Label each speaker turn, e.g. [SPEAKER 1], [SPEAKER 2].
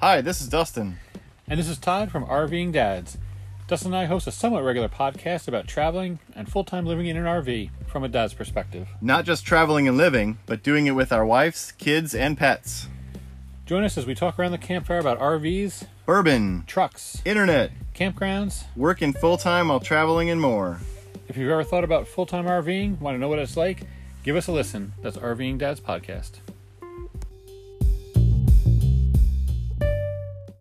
[SPEAKER 1] Hi, this is Dustin.
[SPEAKER 2] And this is Todd from RVing Dads. Dustin and I host a somewhat regular podcast about traveling and full time living in an RV from a dad's perspective.
[SPEAKER 1] Not just traveling and living, but doing it with our wives, kids, and pets.
[SPEAKER 2] Join us as we talk around the campfire about RVs,
[SPEAKER 1] Bourbon,
[SPEAKER 2] trucks,
[SPEAKER 1] internet,
[SPEAKER 2] campgrounds.
[SPEAKER 1] working full time while traveling, and more.
[SPEAKER 2] If you've ever thought about full time RVing, want to know what it's like, give us a listen. That's RVing Dads Podcast.